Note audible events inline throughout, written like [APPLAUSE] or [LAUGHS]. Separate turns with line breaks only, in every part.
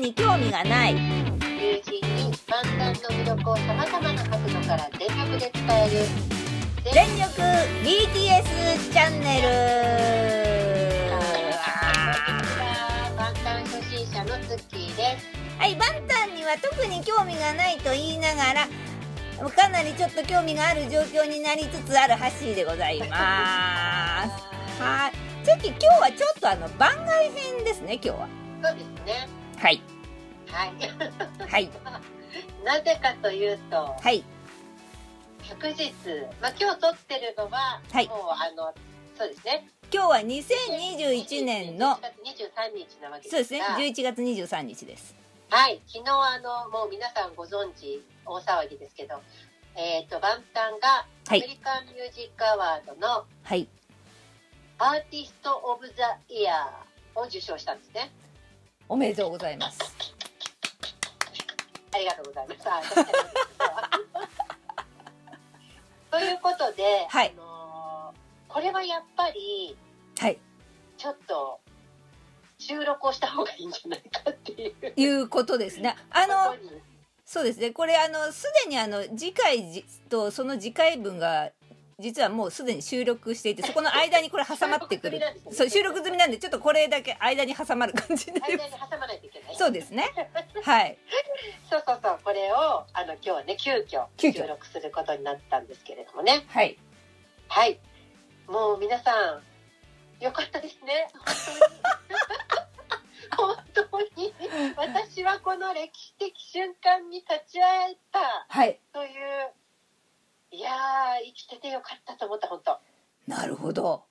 に興味がない
友人に漫談の魅力をさまざまな角度から全力で伝える
全力 BTS チャンネル
こんにちは漫談初心者のツッキーです
はいバンタンには特に興味がないと言いながらかなりちょっと興味がある状況になりつつあるハッシーでございますはいちょっと今日はちょっとあの番外編ですね今日は
そうですね
はい
はい
はい
なぜかというと
はい
昨日、まあ、今日撮ってるのは、
はい
もうあのそうですね
今日は2021年の
11月23日なわけ
そうで
ですすが
ね11月23日です
はい、昨日あのもう皆さんご存知大騒ぎですけど、えっ、とバンタンがア
はい
メリカンミュージックアワードの
はい
アーティストオブザイヤーを受賞したんですね。
おめでとうございます
ありがとうございます。あそうですね [LAUGHS] ということで、
はい
あのーこれはやっぱり
はい
ちょっと収録をした方がいいんじゃないかっていう
いうことですねあの
ことに
そうですね。これあのすでにあの次回じとその次回分が実はもうすでに収録していて、そこの間にこれ挟まっ
[LAUGHS]
てくる。そう収録済みなんでちょっとこれだけ間に挟まる感じになり
間
ま
に挟まないといけない。
す。そうで
[LAUGHS]
すね。はい
そうそうそうこれをあの今日はね急遽
急遽
収録することになったんですけれどもね
はい
はいもう皆さんよかったです
[LAUGHS]
ね本当に本当に私はこの歴史的瞬間に立ち会えた
はい。
といういやー生きててよかったと思った本当
なるほど。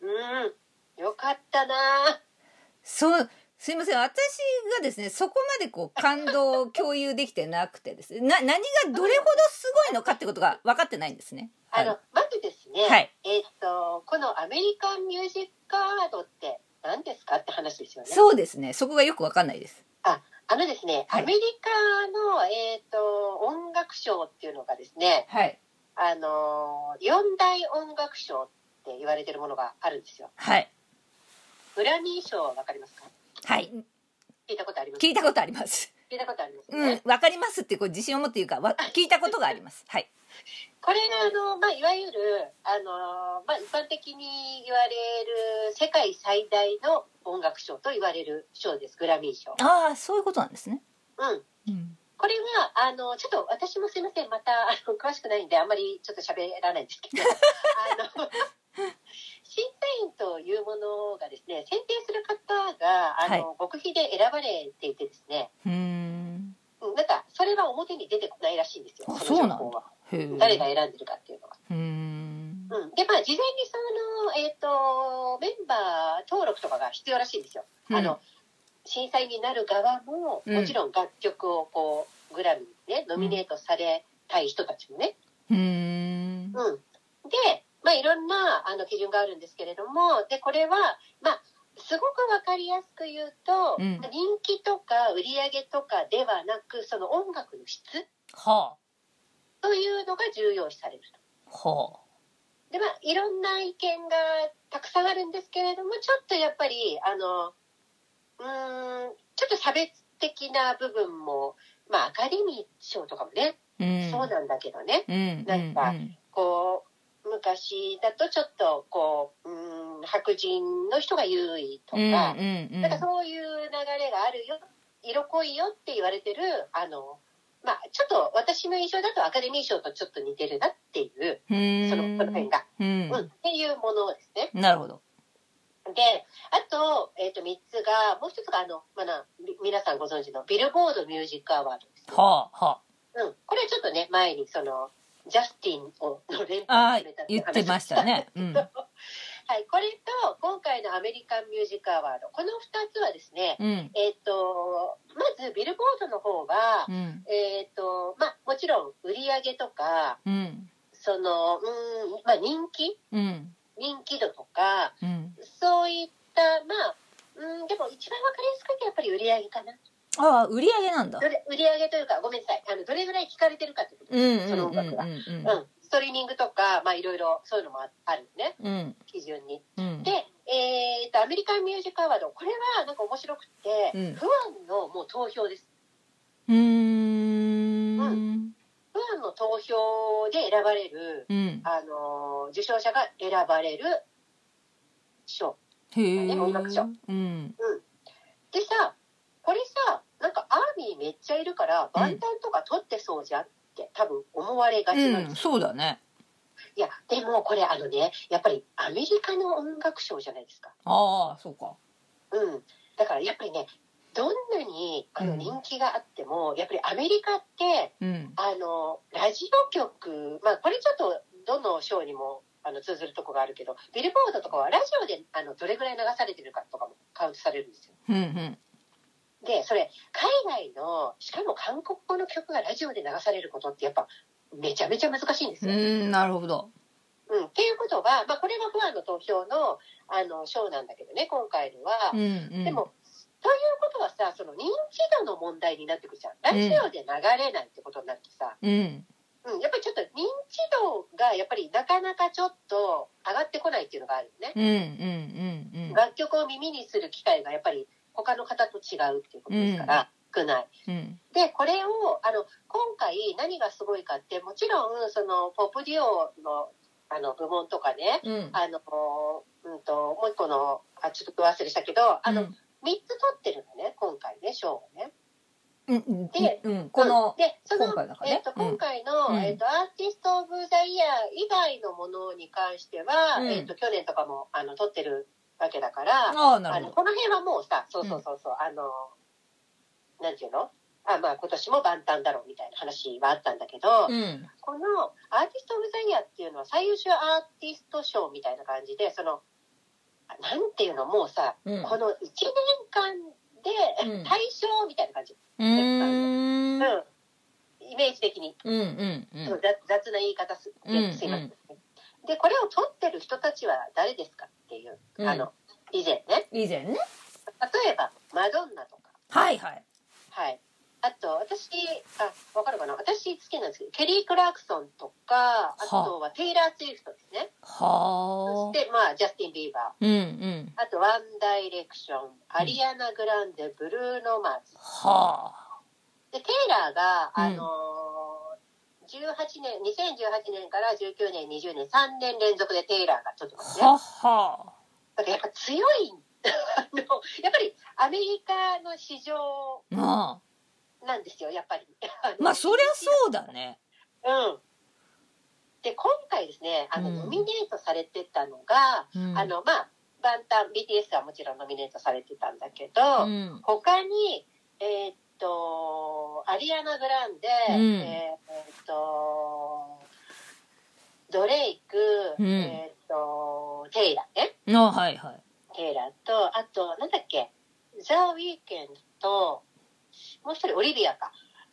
うんよかったなー
そう。すいません私がですねそこまでこう感動を共有できてなくてですねな何がどれほどすごいのかってことが分かってないんですね。は
あ
い
の、まずですね、
はい
えーっとこのアメリカンミュージックアワードって何ですかって話ですよね
そうですねそこがよく分かんないです。
あのですね、
はい
アメリカの、えー、と音楽賞っていうのがですね、
はい
あのー、4大音楽賞って言われてるものがあるんですよ。
はい
グラミー賞わかりますか
はい
聞いたことあります
聞いたことあります。
聞いたことありますよ
う
ね。
ん、わかりますってこう自信を持って言うか、わ聞いたことがあります。はい。
これが、あのまあ、いわゆる、あのーまあ、一般的に言われる世界最大の音楽賞と言われる賞です、グラミー賞。
ああ、そういうことなんですね。
うん
うん。
これが、あの、ちょっと私もすいません、また、あの、詳しくないんで、あんまりちょっと喋らないんですけど、あの、審査員というものがですね、選定する方が、あの、極秘で選ばれていてですね、
うーん。
うんなんか、それは表に出てこないらしいんですよ、
あ
の
そうなんだ
は。
へえ
誰が選んでるかっていうのは。
うーん。
うん。で、まあ、事前にその、えっ、と、メンバー登録とかが必要らしいんですよ。あの、審査員になる側も、
うん
もちろん楽曲をこうグラミーねノミネートされたい人たちもね、
うん。うーん。
うんで、まあ、いろんなあの基準があるんですけれどもでこれは、まあ、すごく分かりやすく言うと、
うん
人気とか売り上げとかではなくその音楽の質
は
というのが重要視されると。
あ。は
でまあ、いろんな意見がたくさんあるんですけれどもちょっとやっぱりあのうーんちょっと差別的な部分も、まあ、アカデミー賞とかもね、
あ。うん。
そうなんだけどね
うん。
なんか
うん
こう昔だとちょっとこううーん白人の人が優位と
うん。うん。
か,、
うん。
なんかそういう流れがあるよ色濃いよって言われてるあの、まあ、ちょっと私の印象だとアカデミー賞とちょっと似てるなっていう
うーん。
そのこの辺が。う
う
ん、っ
ん。
ていうものですね。
なるほど。
で、あと、えっ、と、3つが、もう一つが、あの、まあな、み皆さんご存知の、ビルボードミュージックアワードです、
はあ。は
うん。これはちょっとね、前に、その、ジャスティンを、の連
あ。ああ
覇された、
言ってましたね。うん。
はい、これと、今回のアメリカンミュージックアワード。この2つはですね、
うん。
えっ、と、まず、ビルボードの方は
う、ん。
えっ、と、まあ、もちろん、売り上げとか、
うん。
その、うーん、まあ、人気
うん。
人気度とか、
うん。
そういった、まあ、うん、でも一番わかりやすくてやっぱり売り上げかな。
ああ、売り上げなんだ
ど。れ売り上げというか、ごめんなさい。あの、どれぐらい聞かれてるかってこと
うん。うん。
その
う
音
ん。
楽が
うん
うん。ストリーミングとか、まあいろいろそういうのもああるね。
うん。
基準に。
うん。
で、えー、とアメリカンミュージックアワードこれはなんか面白くて、
うん
不安のもう投票です
うー。
うん不安の投票で選ばれる、
うん。
あのー受賞者が選ばれる賞
へえ。
ね音楽賞
うん。
でさこれさなんかアーミーめっちゃいるから
うん
万端とか取ってそうじゃんって多分思われがちなん
う
で
ん、
す、
そうだね。
いやでもこれあのねやっぱりアメリカの音楽賞じゃないですか
ああ、そうか。
うん、だからやっぱりねどんなにあ
う
の
ん
人気があっても、やっぱりアメリカって
うん。
あのラジオ局、まあ、これちょっとどの賞にもあの通ずるとこがあるけどビルボードとかはラジオであのどれぐらい流されてるかとかもカウントされるんですよ。
うんうん。
でそれ海外のしかも韓国語の曲がラジオで流されることってやっぱめちゃめちゃ難しいんです
う
よ。
ーん、なるほど。
うんっていうことは、まあ、これが不安の投票のあの賞なんだけどね今回のは。
うんうん。
でも、ということはさ、その認知度の問題になってくるじゃん。ラジオで流れないってことになってさ、
うん。
うん、やっぱりちょっと認知度がやっぱりなかなかちょっと上がってこないっていうのがあるよね。
うんうんうん
楽曲を耳にする機会がやっぱり他の方と違うっていうことですから、少ない。
うん。うん。
で、これを、あの、今回何がすごいかって、もちろん、その、ポップデュオの、あの、部門とかね、
うん。
あの、うんと、もう一個の、あ、ちょっと忘れしたけど、あの、
うん、
3つ取ってるのね今回ね賞をね。
うん、
で
うん、この
うん、でその
今回だからね
えっと
うん
今回の、
うん
えっと、アーティスト・オブ・ザ・イヤー以外のものに関しては、
うん
えっと、去年とかもあの取ってるわけだから
ああ、な
あ
る
の
ほど。
この辺はもうさそうそうそうそう、あのなんていうのあまあ今年も万端だろうみたいな話はあったんだけど、
うん。
このアーティスト・オブ・ザ・イヤーっていうのは最優秀アーティスト賞みたいな感じでそのあなんていうのもうさ
うん。
この1年間
うん
で対象みたいな感じ、
うーん。
うん、イメージ的に、
うんうんうん。
雑雑な言い方す
うん
すいません、でこれを取ってる人たちは誰ですかっていう、
うん
あの以前ね
以前ね。
例えばマドンナとか
はいはい。
はいあと私あ分かるかな私好きなんですけどケリー・クラークソンとかあとはテイラー・スウィフトですねそ
はあ
し。てまあジャスティン・ビーバー
うんうん。
あとワンダイレクションアリアナ・グランデブルーノ・マーズ
はあ。
でテイラーが、
うん
あのー18年2018年から19年20年3年連続でテイラーがちょっとですね
はは。
だからやっぱ強い [LAUGHS] あのやっぱりアメリカの市場
な
なんですよやっぱり
あ。まあ、そりゃそうだね。
うんで今回ですねあの、
うん
ノミネートされてたのが、
うん
あ、のまあ万端 BTS はもちろんノミネートされてたんだけど、
うん。
他に、えーっと、アリアナ・グランデ、
うん
えーっと、ドレイク、
うん
えーっと、テイラーね。
あ、はいはい。
テイラーと、あと、なんだっけ、ザ・ウィーケンドと、もう一人、オリビアか。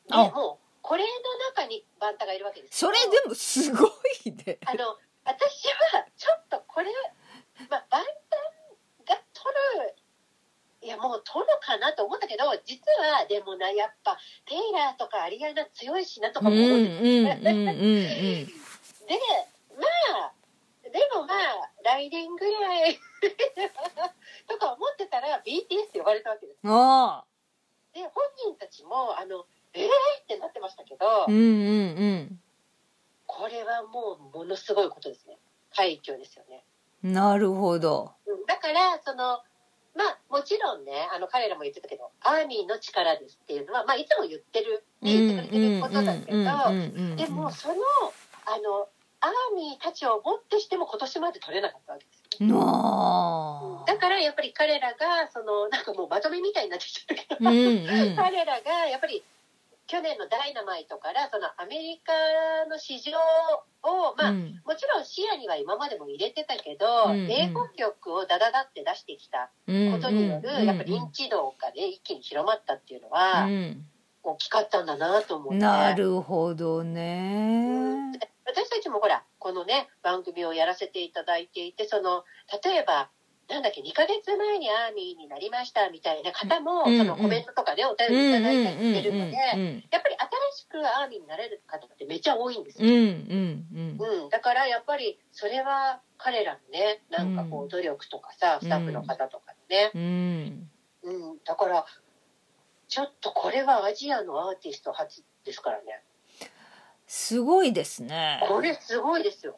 で
あ
もう、これの中にバンタがいるわけです
そ
よ。
れでもすごいね。
あの、私は、ちょっとこれ、まあ、バンタンが取る、いや、もう取るかなと思ったけど、実は、でもな、やっぱ、テイラーとかアリアナ強いしなと
うん
か
う
も
ん
思う、
うん
で、
うんうん。
まあ、でもまあ、来年ぐらい、とか思ってたら、BTS って呼ばれたわけです。
ああ。
で、本人たちも、あの、えーってなってましたけど、
うんうんうん。
これはもう、ものすごいことですね。快挙ですよね。
なるほど。
うんだからそのまあもちろんねあの彼らも言ってたけどアーミーの力ですっていうのは、まあ、いつも言ってる
うん
言ってくれてることだけど、
うん
でもそのあのアーミーたちをもってしても今年まで取れなかったわけですよ、
なあ。
だからやっぱり彼らがそのなんかもうまとめみたいになってきてるけど、
うんう
[LAUGHS]
ん。
彼らがやっぱり去年のダイナマイトからそのアメリカの市場をまあ、
うん
もちろん視野には今までも入れてたけど、
うんうん
英語曲をダダダって出してきたことによる、やっぱり認知度がね、一気に広まったっていうのは、
うん
大きかったんだなと思って。
なるほどね。
で私たちもほら、このね、番組をやらせていただいていて、その、例えば、なんだっけ、2ヶ月前にアーミーになりましたみたいな方も、
うん
そのコメントとかでお便
うん
りいた
うん
だ
う
い
ん
たりしてるので、やっ
うん
ぱり新しくアーミーになれる方ってめっちゃ多いんです
うんう
よ。
んうん
うん、だからやっぱりそれは彼らのねなんかこ
うん
う努力とかさ、スタッフの方とかのね、
うん
うん、だからちょっとこれはアジアのアーティスト初ですからね
すごいですね。
これすごいですよ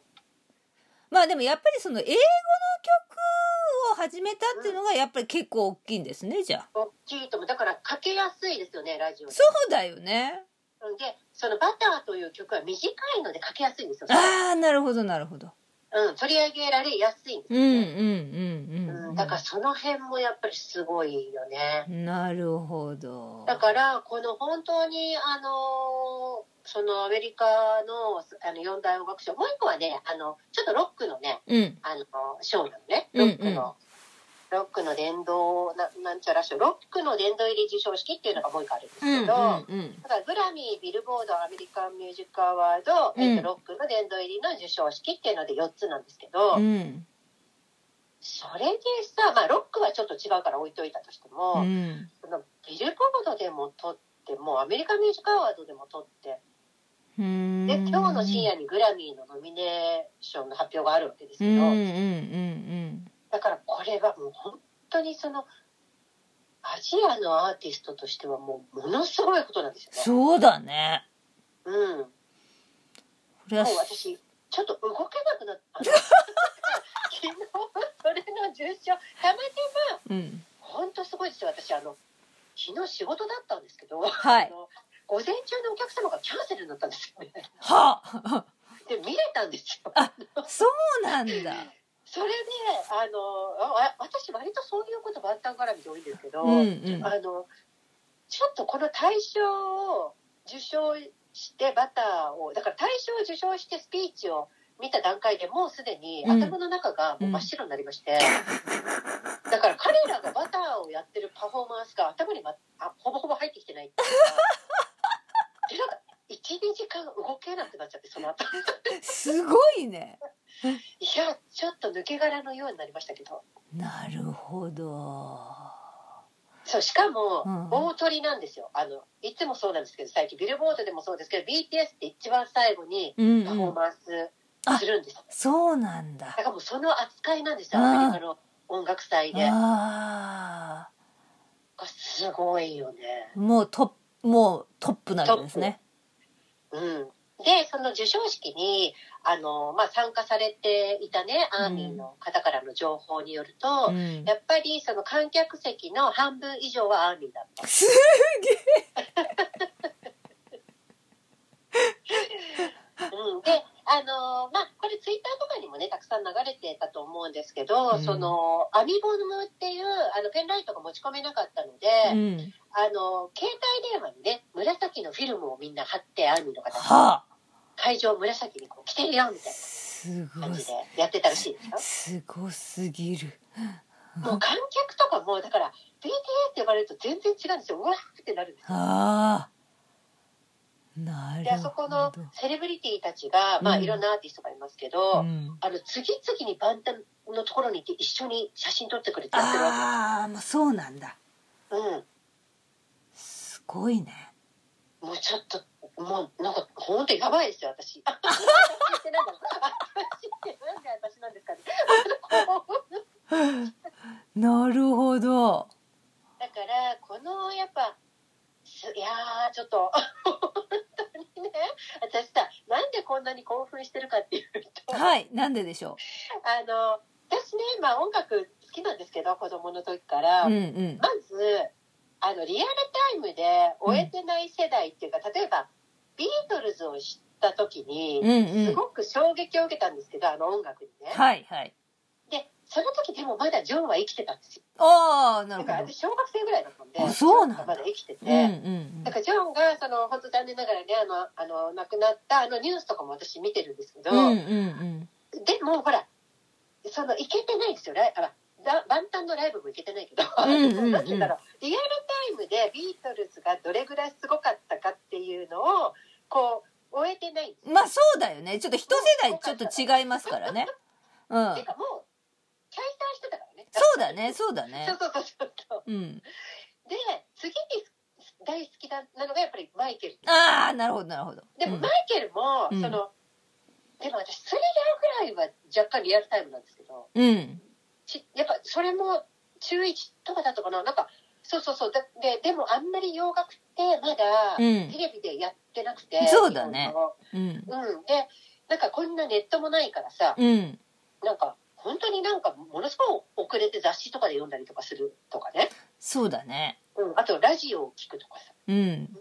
まあでもやっぱりその英語の曲を始めたっていうのがやっぱり結構大きいんですねじゃあ。
大きいともだからかけやすいですよねラジオに
そうだよね。
でその「バター」という曲は短いのでかけやすいんですよ、
ああなるほどなるほど。
うん、取り上げられやすいんです
うん
よ
うん
ね、
うんうん。
うん、だからその辺もやっぱりすごいよね
なるほど。
だからこの本当にあのーそのアメリカのあの四大音楽賞もう一個はねあのちょっとロックのね
うん
あの賞なのね
う
ロ
んうん
ックの、ロックの殿堂ななんちゃら賞ロックの殿堂入り授賞式っていうのがもう一個あるんです
うん
けど、
うんうん。
だからグラミー、ビルボード、アメリカンミュージックアワード、
うん
えっとロックの殿堂入りの授賞式っていうので4つなんですけど、
うん
それでさ、まあ、ロックはちょっと違うから置いといたとして
う
も、
ん。
そのビルボードでも取ってもうアメリカンミュージックアワードでも取って
うん。
で今日の深夜にグラミーのノミネーションの発表があるわけです
う
け
んうん
ど、
うんうん
だからこれはもう本当にそのアジアのアーティストとしてはもうものすごいことなんですよね。
そうだね。
うん
これは
もう私ちょっと動けなくなった [LAUGHS] 昨日それの重症たまたま
うん
本当すごいですよ私あの昨日仕事だったんですけど、
はい
あの午前中のお客様がキャンセルになったんですよね
は
で見れたんですよ
そうなんだ。
それであのああ私割とそういうこと万端絡みで多いんですけど、
うんうん。
あのちょっとこの大賞を受賞してバターをだから大賞を受賞してスピーチを見た段階でもうすでに
うん
頭の中がもう真っ白になりまして、だから彼らがバターをやってるパフォーマンスが頭に、ま、あほぼほぼ入ってきてないっていうかでなんか12時間動けなくなっちゃってその後
すごいね。
いやちょっと抜け殻のようになりましたけど
なるほど。
そうしかも
うん
大取りなんですよ、あのいつもそうなんですけど最近ビルボードでもそうですけど BTS って一番最後に
うん
パフ
う
ォー
ん。
マンスするんです、
そうなんだ
だ。からもうその扱いなんですよ
うん
アメリカの音楽祭で
あ
すごいよね
あ。もうトップ、もうトップなんですね。
うんでその授賞式にあの、まあ、参加されていたねアーミーの方からの情報によると、
うん
やっぱりその観客席の半分以上はアーミーだった
す
うん、で、あのーまあ、これツイッターとかにもね、たくさん流れてたと思うんですけど、
うん
その、アミボムっていう、あの、ペンライトが持ち込めなかったので、
うん。
あの、携帯電話にね、紫のフィルムをみんな貼って、アーミーの方、
はあ。
会場紫にこう、来てるよ、みたい
す
な
ご
感
い
じ。でやってたらしいですよ。
すごすぎる。
もう観客とかも、だから、BTS って呼ばれると全然違うんですよ。うわーってなるんですよ。
ああ。なるほど。
で、あそこのセレブリティたちが、まあ、
うん
いろんなアーティストがいますけど、
うん
あの次々にバンタのところに行って一緒に写真撮ってくれてやってるわ
ああ、まあそうなんだ。
け、う
すごいね。
ん、もうちょっともうなんか本当やばいですよ私私ってなんだろう私ってなんで私なんですかね
なるほど。
だからこのやっぱすいやーちょっと本当にね私さなんでこんなに興奮してるかっていうとあ
はい、なんででしょ
の私ねまあ音楽好きなんですけど子供の時から、
う。うんうん。
まずあのリアルタイムで終えてない世代っていうか、例えばビートルズを知った時
う
に、
んう
す
ん。
ごく衝撃を受けたんですけどあの音楽にね。
はいはい。
でその時でもまだジョンは生きてたんですよ。
ああ、な
だ
る
から
ほど。
私小学生ぐらいだったんで
あそうなんだ
ジョンがまだ生きてて。
うんうん
だからジョンがその本当残念ながらねあのあの亡くなったあのニュースとかも私見てるんですけど、
うん。うんうん
でもほらその行けてないですよライあだ万端のライブも行けてないけど、
うんうんうん
なんて言だろうリアルタイムでビートルズがどれぐらいすごかったかっていうのをこう終えてないんです
うん。まあそうだよね。 [LAUGHS] ちょっと一世代ちょっと違いますからね。うん。
ていうかもう解散してたからね
そうだね、そうだね
そう。そうそうそう。
うん。
で、次に大好きななのがやっぱりマイケル。
ああ、なるほど、なるほど。
で
う
も
ん
マイケルも、
うん
その、でも私、スリラーぐらいは若干リアルタイムなんですけど、
うん。
ちやっぱそれも中1とかだったかな、なんか、そうそうそう。だで、でもあんまり洋楽ってまだ
う、ん
テ。レビでやってなくて、
そうだね
日本
うん。
の。うん。で、なんかこんなネットもないからさ、
うん。
なんか、本当になんかものすごい遅れて雑誌とかで読んだりとかするとかね。
そうだね。
うん。あと、ラジオを聞くとかさ。
うん。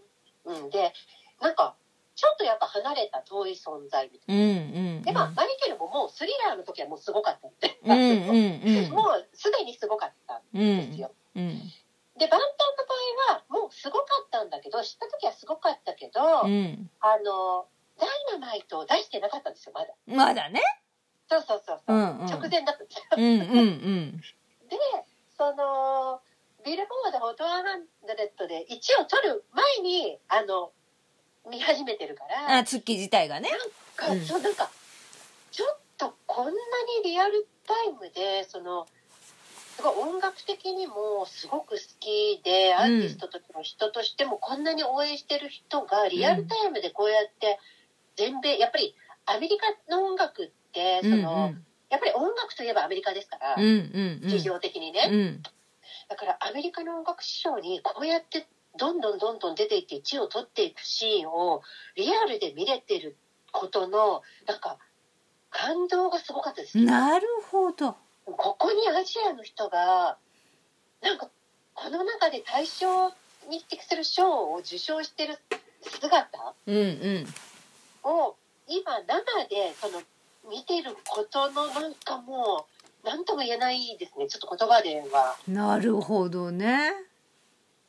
うん、でなんかちょっとやっぱ離れた遠い存在みたい
うん。うん。
なで、まあ、マリケルももうスリラーの時はもうすごかったんで、
うん。うん。う
[LAUGHS]
ん。
もうすでにすごかった
うん
です
ん。
よ、
うん。
でバンタンの場合はもうすごかったんだけど知った時はすごかったけど、
うん。
あのダイナマイトを出してなかったんですよまだ
まだね。
そうそうそう
う
そう、
ん。うん。
直前だったんですよ
うん。うん。
でそのビルボードホット100で1を取る前にあの見始めてるから
あ、月自体がね。
か、
うん
そうなんかちょっとこんなにリアルタイムでそのすごい音楽的にもすごく好きでアーティストとしても人としてもこんなに応援してる人がリアルタイムでこうやって全米やっぱりアメリカの音楽って
う
そ
ん。う
の、
ん。
やっぱり音楽といえばアメリカですから、
うん。うん。
事情的にね、
うん。
だからアメリカの音楽市場にこうやってどんどんどんどん出ていって1位を取っていくシーンをリアルで見れてることのなんか感動がすごかったです。
なるほど。
ここにアジアの人がなんかこの中で大賞に匹敵する賞を受賞してる姿
うん。うん。
を今生でその見てることのなんかもう何とも言えないですねちょっと言葉では。
なるほどね。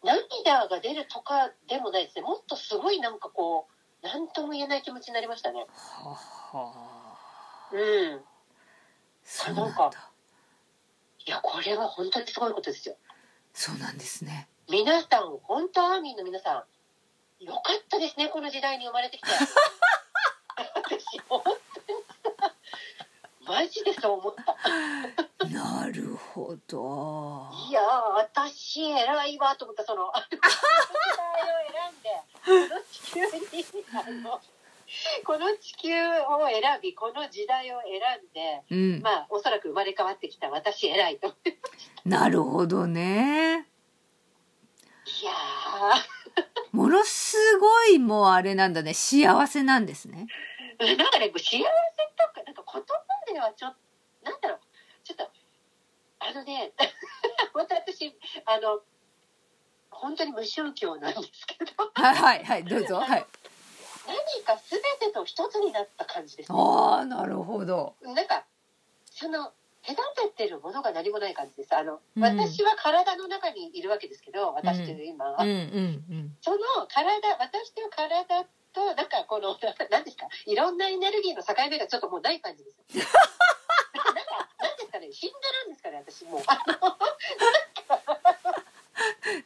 涙が出るとかでもないですねもっとすごいなんかこう何とも言えない気持ちになりましたね
はは。
うん
そうなん
なん
だ。
いやこれは本当にすごいことですよ
そうなんですね。
皆さん本当アーミンの皆さんよかったですねこの時代に生まれてき [LAUGHS] て私本当にさマジでそう思った
なるほど。
いやー私偉いわと思ったそのあの時代を選んでこの地球にあのこの地球を選びこの時代を選んで
うん。
まあおそらく生まれ変わってきた私偉いとい
なるほどね。
や
ものすごいもうあれなんだね。幸せなんですね。
ーなんかね幸せとかなんか言葉ではちょっとなんだろうちょっとあのね [LAUGHS] 本当私あの本当に無宗教なんですけど
はいはいはい、どうぞ。はい。
何か全てと一つになった感じです
ああ、なるほど。
なんかその隔ててるものが何もない感じですあの、
うん
私は体の中にいるわけですけど私という今、
うんうん
その体私という体となんかこの [LAUGHS] 何ですかいろんなエネルギーの境目がちょっともうない感じですなんかなんですかね死んでるんですかね私もうあの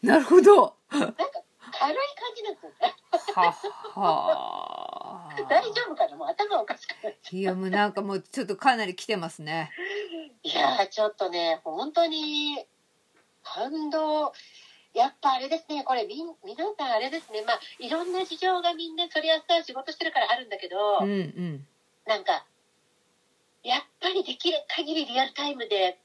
うん。なるほど。
軽い感じなんですよね
はは。
大丈夫かなもう頭おかしくない
いやもうなんかもうちょっとかなり来てますね。
いやーちょっとね本当に感動やっぱあれですねこれみん皆さんあれですねまあいろんな事情がみんなそりゃさ仕事してるからあるんだけど、
うんうん。
なんかやっぱりできる限りリアルタイムで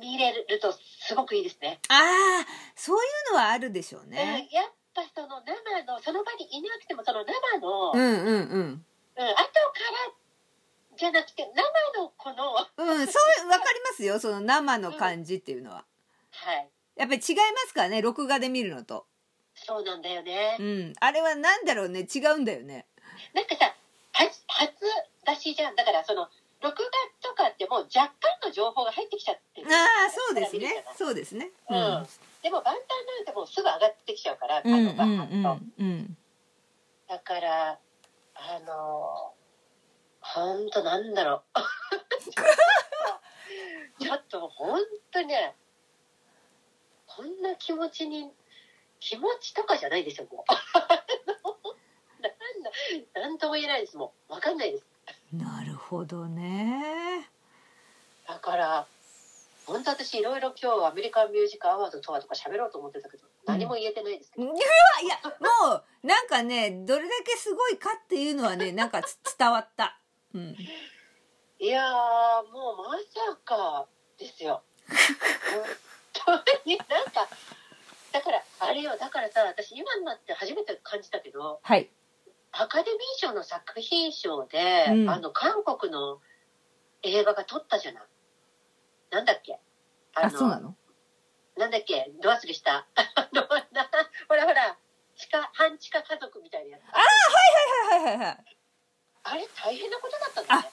見れるとすごくいいですね。
ああ、そういうのはあるでしょうね。
うんやっぱその生のその場にいなくてもその生の、
う
うん
んうんうん。
後からじゃなくて生のこのは
うん、そう、わかりますよ。その生の感じっていうのは。
い
やっぱり違いますからね、録画で見るのと。
そうなんだよね
う。ん。あれはなんだろうね、違うんだよね。
なんかさ初初出しじゃんだからその録画とかってもう若干の情報が入ってきちゃって
ああ、そうですね。そうですね。
うん、でも万端なんてもうすぐ上がってきちゃうから、
うん。う
角
ん
が
うん
パッと
うんうん。
だからあのほんとなんだろうちょっとほんとねこんな気持ちに気持ちとかじゃないですよもう [LAUGHS] なんだなんとも言えないですもうわかんないです
なるほどね。
だから本当私いろいろ今日アメリカンミュージックアワードとはとか喋ろうと思ってたけど、何も言えてないですけ
い
ど、
やいやもうなんかねどれだけすごいかっていうのは [LAUGHS] ねなんかつ伝わった、うん、
いやーもうまさかですよ本当になんかだからあれよだからさ私今になって初めて感じたけど
はい
アカデミー賞の作品賞で、
うん
あの韓国の映画が撮ったじゃないなんだっけ
あ
あの
そうなの
なんだっけど忘れしたあのなほらほら地下半地下家族みたいなやつ
はいはいはいはいはい
あれ大変なことだったんだね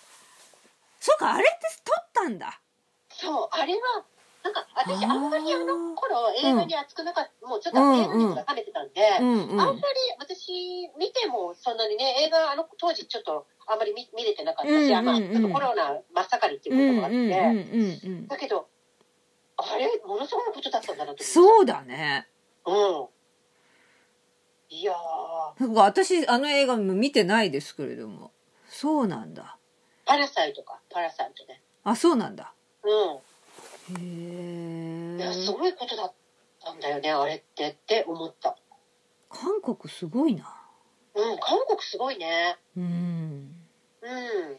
そうかあれって撮ったんだ
そうあれはなんか私
あ
あ
ー
んまりあの頃映画に熱くなかった、もうちょっと映画熱が冷めてたんで、
うんうん
あんまり私見てもそんなにね映画あの当時ちょっとあんまり見見れてなかったし、
うんうんうん
あまあちょっとコロナ真っ盛りって
うん
いううんこ
う
ともあっ
ん
て、
うんうん
だけどあれものすごいことだったんだなと思って
そうだね
うんいやー
なんか私あの映画も見てないですけれどもそうなんだ
パラサイトかパラサイトね
あそうなんだ
うん
へえ
いやすごいことだったんだよねあれってって思った
韓国すごいな
うん韓国すごいね
うん
うん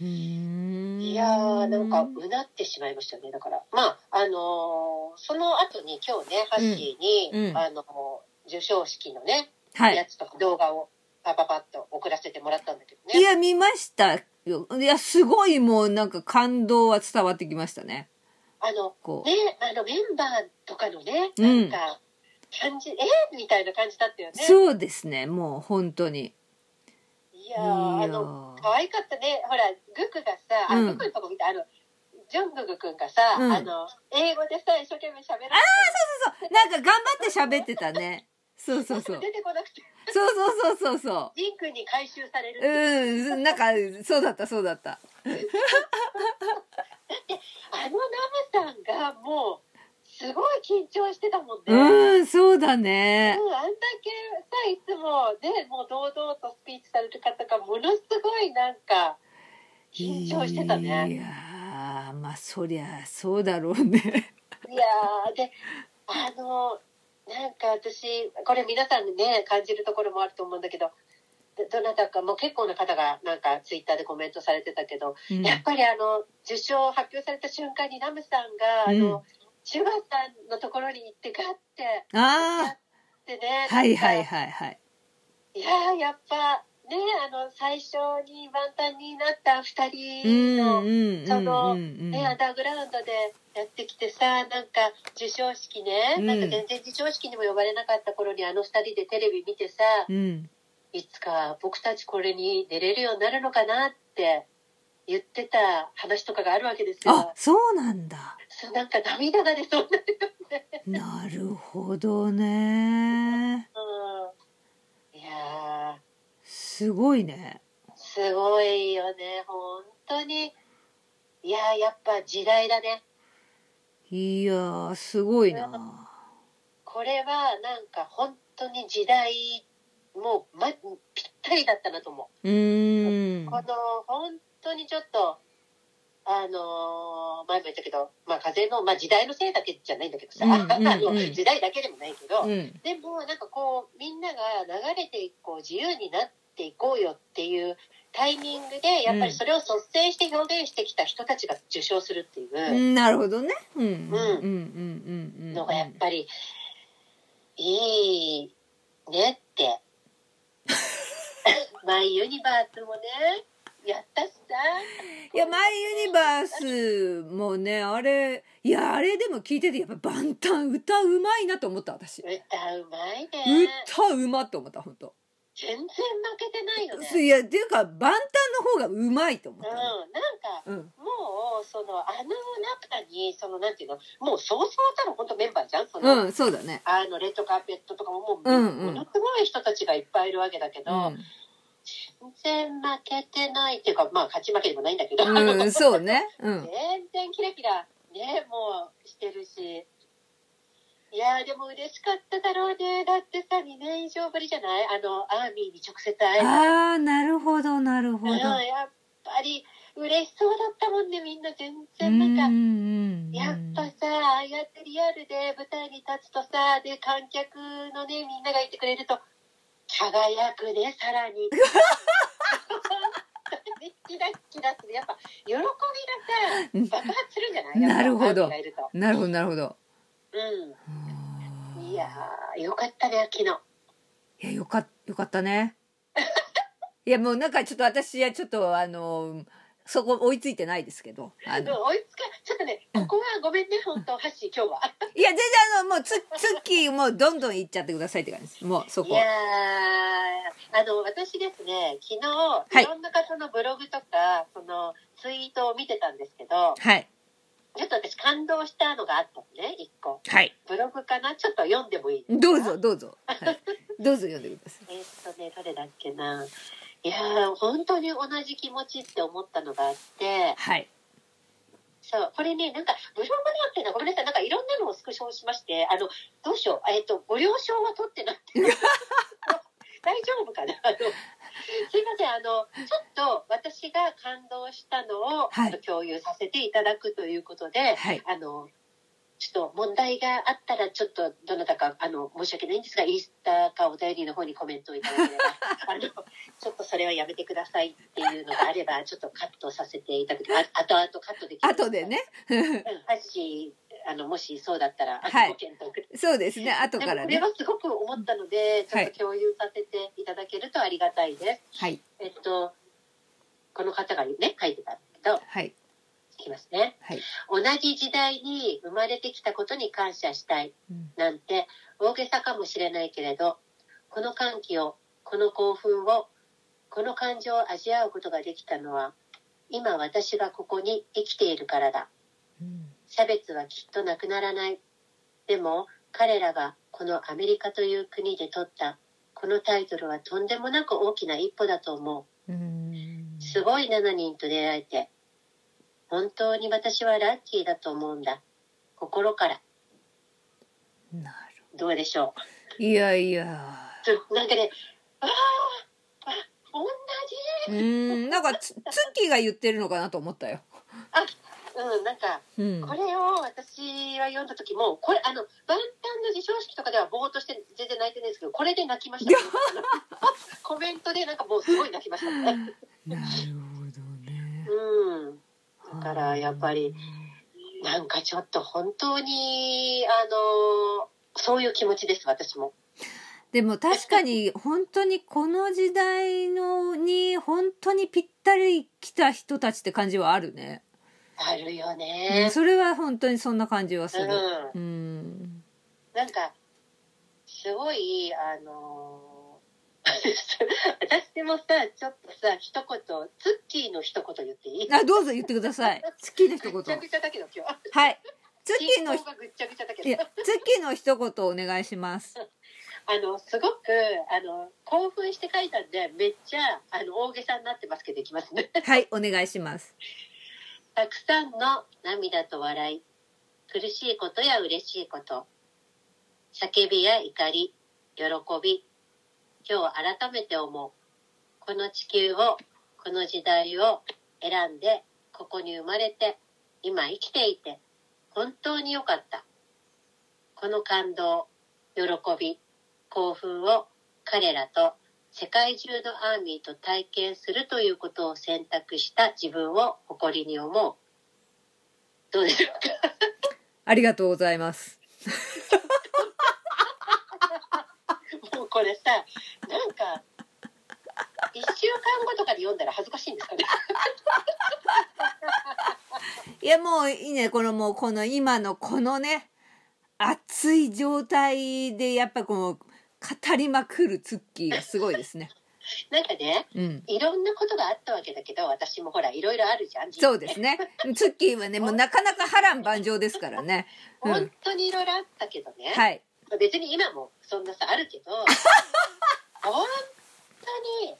うーん
いやーなんかうなってしまいましたよねだからまああのーその後に今日ねハッシーに、
うん
あのー授賞式のね、
はい
やつとか動画をパパパッと送らせてもらったんだけどね
いや、見ましたよ。いや、すごいもうなんか感動は伝わってきましたね。
あの
こう。
ねあのメンバーとかのね
う
なんんか感じ、えーみたいな感じだったよね
そうですね、もう本当に。
い
い
やーあの可愛かったねほらグクがさ、あ
うん
グクのとこ見たあのジョングク君がさ、
うん
あの英語でさ一生懸命喋る
そうなんか頑張って喋ってたね。そうそうそう。
出てこなくて
そうそうそうそうそ
ジン君に回収されるっ
う。
ていう
うん、なんか、そうだった、そうだった。
あのナムさんがもうすごい緊張してたもんね、うん
うん、そうだね。
あんだけさいつもねもう堂々とスピーチされる方がものすごいなんか緊張してた
い
ね
やー、まあ、そりゃ、そうだろうね。 [LAUGHS]
いやーであのなんか私これ皆さんね感じるところもあると思うんだけどどどなたかもう結構な方がなんかツイッターでコメントされてたけど、
うん
やっぱりあの受賞発表された瞬間にナムさんが、あ
うん
のシュガさんのところに行ってガッて
あ
でね
あ、はいはい
なんか
はいはい。
いやーやっぱねあの最初に満タンになった2
[LAUGHS] うん
人
う
の、その
んうんうん
ね、アンダーグラウンドでやってきてさなんか授賞式ね、
うん
なんか全然授賞式にも呼ばれなかった頃にあの2人でテレビ見てさ、
うん。
いつか僕たちこれに出れるようになるのかなって言ってた話とかがあるわけです
あ
よ、。
そうなんだ。
そうなんか涙が出そうになるよね。
なるほどね。
うん、いやー
すごいね。
すごいよね本当にいやーやっぱ時代だね
いやー、すごいな。
これはなんか本当に時代もう、ま、ぴったりだったなと思
うー
う、
ん。
この本当にちょっとあのー前も言ったけど、まあ、風の、まあ、時代のせいだけじゃないんだけどさ、
うんうんうん
[LAUGHS] あの時代だけでもないけど、
うん。
でもなんかこうみんなが流れていこう自由になっていこうよっていうタイミングでやっぱりそれを率先して表現してきた人たちが受賞するっていううん
なるほどね。うん。うん。うん。
うん
うん。うん。
のがやっぱりいいねって。 [LAUGHS] マイユニバースもね、やったしさ。
いや、マイユニバースもね、あれ、いや、あれでも聞いてて、やっぱ万端歌うまいなと思った、私。
歌うまいね。
歌うまと思った、本当。
全然負けてないよね。
いや、っていうか、万端の方がうまいと思っ
うん、なん
た。
か、
うん。
もう、その、あの中に、その、なんていうの、もう、そうそうたる本当メンバーじゃん。その、
うん、そうだね。
あの、レッドカーペットとかも、もう、
うんうん
ものすごい人たちがいっぱいいるわけだけ
う
ど、全然負けてないっていうか、まあ、勝ち負けでもないんだけど、
ん。うん、そうね。
[LAUGHS]
うん。
全然キラキラねもうしてるしいやーでも嬉しかっただろうねだってさ2年以上ぶりじゃないあのアーミーに直接会えた
ああ、なるほど、なるほど。
うんやっぱり嬉しそうだったもんね、みんな全
うんう
然。なんか、
んうん
やっぱさ、ああやってリアルで舞台に立つとさ、で、観客のね、みんながいてくれると、輝くね、さらに。 [LAUGHS] キラッキラって、やっぱ、喜びがさ、爆発するんじゃないやっぱ
なるほど
ファンがいると
なるほどなるほど
うん。いやー、よかったね、昨日。
いやよかよかったね [LAUGHS] いやもうなんかちょっと私はちょっとあのそこ追いついてないですけどあ
うん
の
追いつか、ちょっとね、ここはごめんね、本当、ハッシー、今日は。
いや全然あのもうつ [LAUGHS] ツッキーもうどんどん行っちゃってくださいって感じですもうそ
い
こ
やーあの私ですね昨日、
い
い、ろんな方のブログとかそのツイートを見てたんですけど
はい
ちょっと私感動したのがあったのね一個
はい
ブログかなちょっと読んでもいい
どうぞどうぞ、はい、どうぞ読んでください
えーっとねどれだっけないやー本当に同じ気持ちって思ったのがあって
はい
そうこれねなんかブログなんていうのはごめんなさいなんかいろんなのをスクショしましてあのどうしようえーっとご了承は取ってなく
[LAUGHS]
て大丈夫かなあのすいませんあのちょっと私が感動したのを、
はい
あの共有させていただくということで
はい
あのちょっと問題があったらちょっとどなたかあの申し訳ないんですがインスタかお便りの方にコメントをいただけ
[LAUGHS]
ればあのちょっとそれはやめてくださいっていうのがあればちょっとカットさせていただくあ後々カットできます
後でね
うんハッシーあのもしそうだったら、
はい
ご検討ください
そうですね後か
で
ら
もこれ
ね
はすごく思ったので、ちょ
は
っ
い
と共有させていただけるとありがたいです。
はい
えっと、この方がね、書いてたんだけど、
はい
いきますね。
はい
同じ時代に生まれてきたことに感謝したい
うん
なんて大げさかもしれないけれど、この歓喜を、この興奮を、この感情を味わうことができたのは、今私がここに生きているからだ。
うん
差別はきっとなくならない。でも彼らがこのアメリカという国で取ったこのタイトルはとんでもなく大きな一歩だと思
うん
う。すごい7人と出会えて。本当に私はラッキーだと思うんだ。心から。
な
どうでしょ
るいやいや
う。 [LAUGHS] ちょなんかね、あーあ、同
うーんなんか [LAUGHS] ツツッキーが言ってるのかなと思ったよ
じ。うん、なんか、
うん
これを私は読んだ時も、これ、あの、万端の授賞式とかではぼーっとして全然泣いてないんですけど、これで泣きました。 [LAUGHS] コメントでなんかもうすごい泣きました。う
なるほどね
ん。だからやっぱりなんかちょっと本当に、あの、そういう気持ちです、私も。
でも確かに本当にこの時代のに本当にぴったり来た人たちって感じはあるね、
あるよ
うん
ね。
それは本当にそんな感じはす
うん。
るうん
なんか、すごい、あの、 [LAUGHS] 私もさ、ちょっとさ、一言、ツッキーの一言言っていい
あどうぞ言ってくだ
[LAUGHS]
さいツッキーの一
ぐっちゃ
言
ぐちゃだけど今日。
はいツッキーの
進行がぐっちゃぐちゃだけ
いや
ど。
ツッキーの一言お願いします
あのすごくあの興奮して書いたんでめっちゃあの大げさになってますけどいきますね。
はいお願いします
たくさんの涙と笑い、苦しいことや嬉しいこと、叫びや怒り、喜び、今日改めて思う。この地球を、この時代を選んで、ここに生まれて、今生きていて、本当に良かった。この感動、喜び、興奮を彼らと世界中のアーミーと体験するということを選択した自分を誇りに思う。どうでしょうか [LAUGHS]
ありがとうございます
もうこれさ、なんか、一週間後とかで読んだら恥ずかしいんですかね。 [LAUGHS]
いやもういいねこのもうこの今のこのね熱い状態でやっぱこう語りまくるツッキーがすごいですね。
なんかね、
うん、
いろんなことがあったわけだけど、私もほら、いろいろあるじゃん。
そうですね。ツッキーはねもうなかなか波乱万丈ですからね。うん
本当にいろいろあったけどね。
はい。
別に今もそんなさあるけ
[LAUGHS]
ど本当に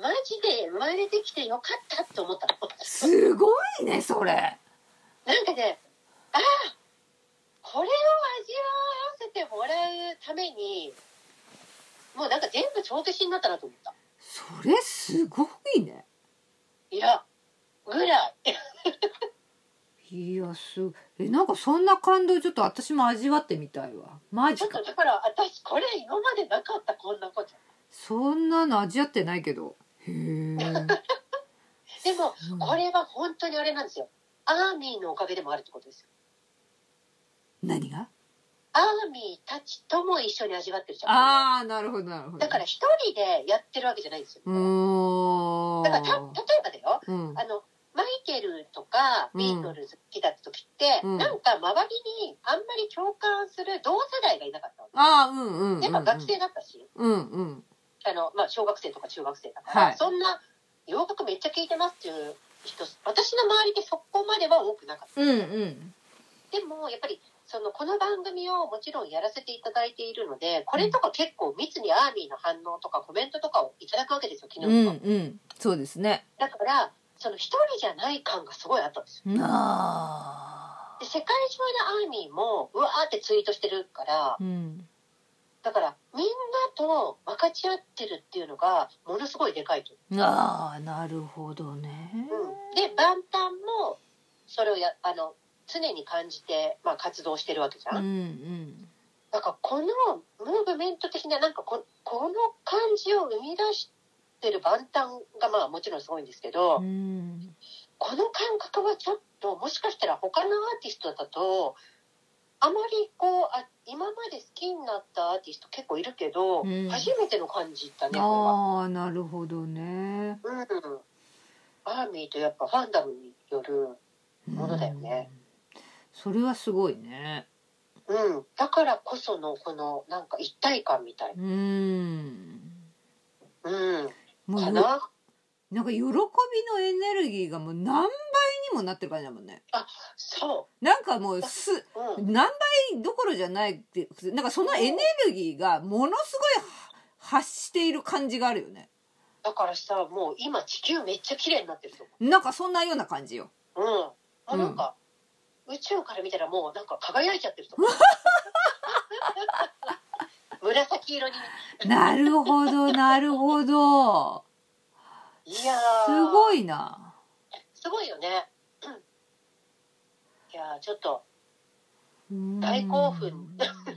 マジで生まれてきてよかったと思ったの
すごいねそれ。
なんかねああこれを味わわせてもらうためにもうなんか全部帳消しになったなと思った
それすごいね。
いやぐらい。
いやすごいえなんかそんな感動ちょっと私も味わってみたいわマジ
ちょっ
か
とだから私これ今までなかったこんなこと
そんなの味わってないけどへえ
でも
うん
これは本当にあれなんですよアーミーのおかげでもあるってことですよ
何が
アーミーたちとも一緒に味わってるじゃん
ああなるほどなるほど
だから一人でやってるわけじゃないんですよ
うーん
だからた例えばだよ
うん
あのマイケルとか
うん
ビートルズ好きだった時って、
うん
なんか周りにあんまり共感する同世代がいなかったわ
ああうんうんうんうん
けやっぱ学生だったし、
うんうん
あのまあ、小学生とか中学生だから、
はい
そんな洋楽めっちゃ聴いてますっていう人私の周りでそこまでは多くなかった
うんうん
でもやっぱりそのこの番組をもちろんやらせていただいているのでこれとか結構密にアーミーの反応とかコメントとかをいただくわけですよ昨
う
日
ん
とか、
うんそうですね
だからその一人じゃない感がすごいあったんですよ
なあ
で世界中のアーミーもうわーってツイートしてるから
うん
だからみんなと分かち合ってるっていうのがものすごいでかいと
ああなるほどね
うんで万端もそれをやあの常に感じて、まあ、活動してるわけじゃ
うん
ん、
うん
だからこのムーブメント的ななんかここの感じを生み出してる万端がまあもちろんすごいんですけど、
うん
この感覚はちょっともしかしたら他のアーティストだとあまりこうあ今まで好きになったアーティスト結構いるけど、
うん
初めての感じだねこ
ああなるほどね
れは。うんアーミーとやっぱファンダムによるものだよね
うんそれはすごいね
うん、だからこそのこのなんか一体感みたいう
ーん
な、うん、
もう
か
よ
な
なんか喜びのエネルギーがもう何倍にもなってる感じだもんね
そ
なんかもうす
う、うん、
何倍どころじゃないってなんかそのエネルギーがものすごいは発している感じがあるよね
だからさもう今地球めっちゃ綺麗になってると
なんかそんなような感じよ
思う、うん、もうなんか、宇宙から見たらもうなんか輝いちゃってると [LAUGHS] 思う紫色に
なるほどなるほど
いや
すご
い
いな
すごいよねうんいやーちょっと
うん
大興奮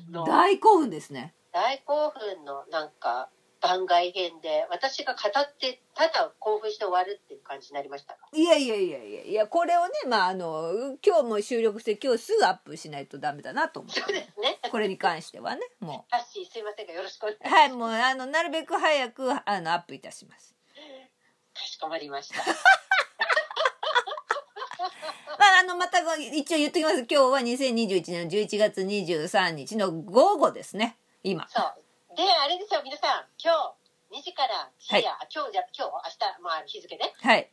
の
大興奮ですね
大興奮のなんか番外編で私が語ってただ興奮して終わるっていう感じになりましたが
いやいやいやいやいやこれをねまああの今日も収録して今日すぐアップしないとダメだなと思
そうですね
うこれに関してはねも
ハッシーすいませんがよろしくお願いう
はいもうあのなるべく早くあのアップいたします
かしこまりました
まあ、あの、またご一応言っときます。今日は2021年の11月23日の午後ですね。今。
そう。で、あれですよ、皆さん、今日、2時から深夜、あ今日じゃ、今日、明日、まあ、日付ね、
はい。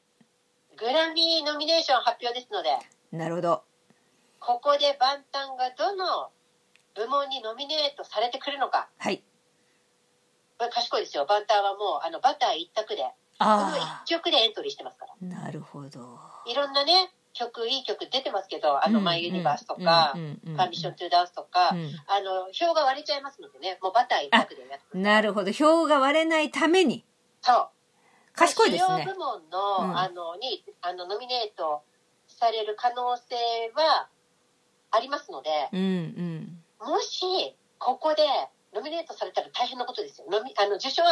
グラミーノミネーション発表ですので、
なるほど。
ここでバンタンがどの部門にノミネートされてくるのか、
はい。
これ賢いですよ、バンタンはもう、あの、バター一択で、この
あ
一曲でエントリーしてますから。
あ。なるほど。
いろんなね、曲、いい曲出てますけど、あの、
うん
マイユニバースとか、
うんうんうん
パーミッショントゥーダンスとか、
う
あの、票が割れちゃいますのでね、もうバター一択でやって
んなるほど。票が割れないために。
そう。
賢いです
主要
ね。
部門の,、
うん
あのにあのノミネートされる可能性はありますので、
うんうん。
もしここでノミネートされたら大変なことですよ。ノミあの受賞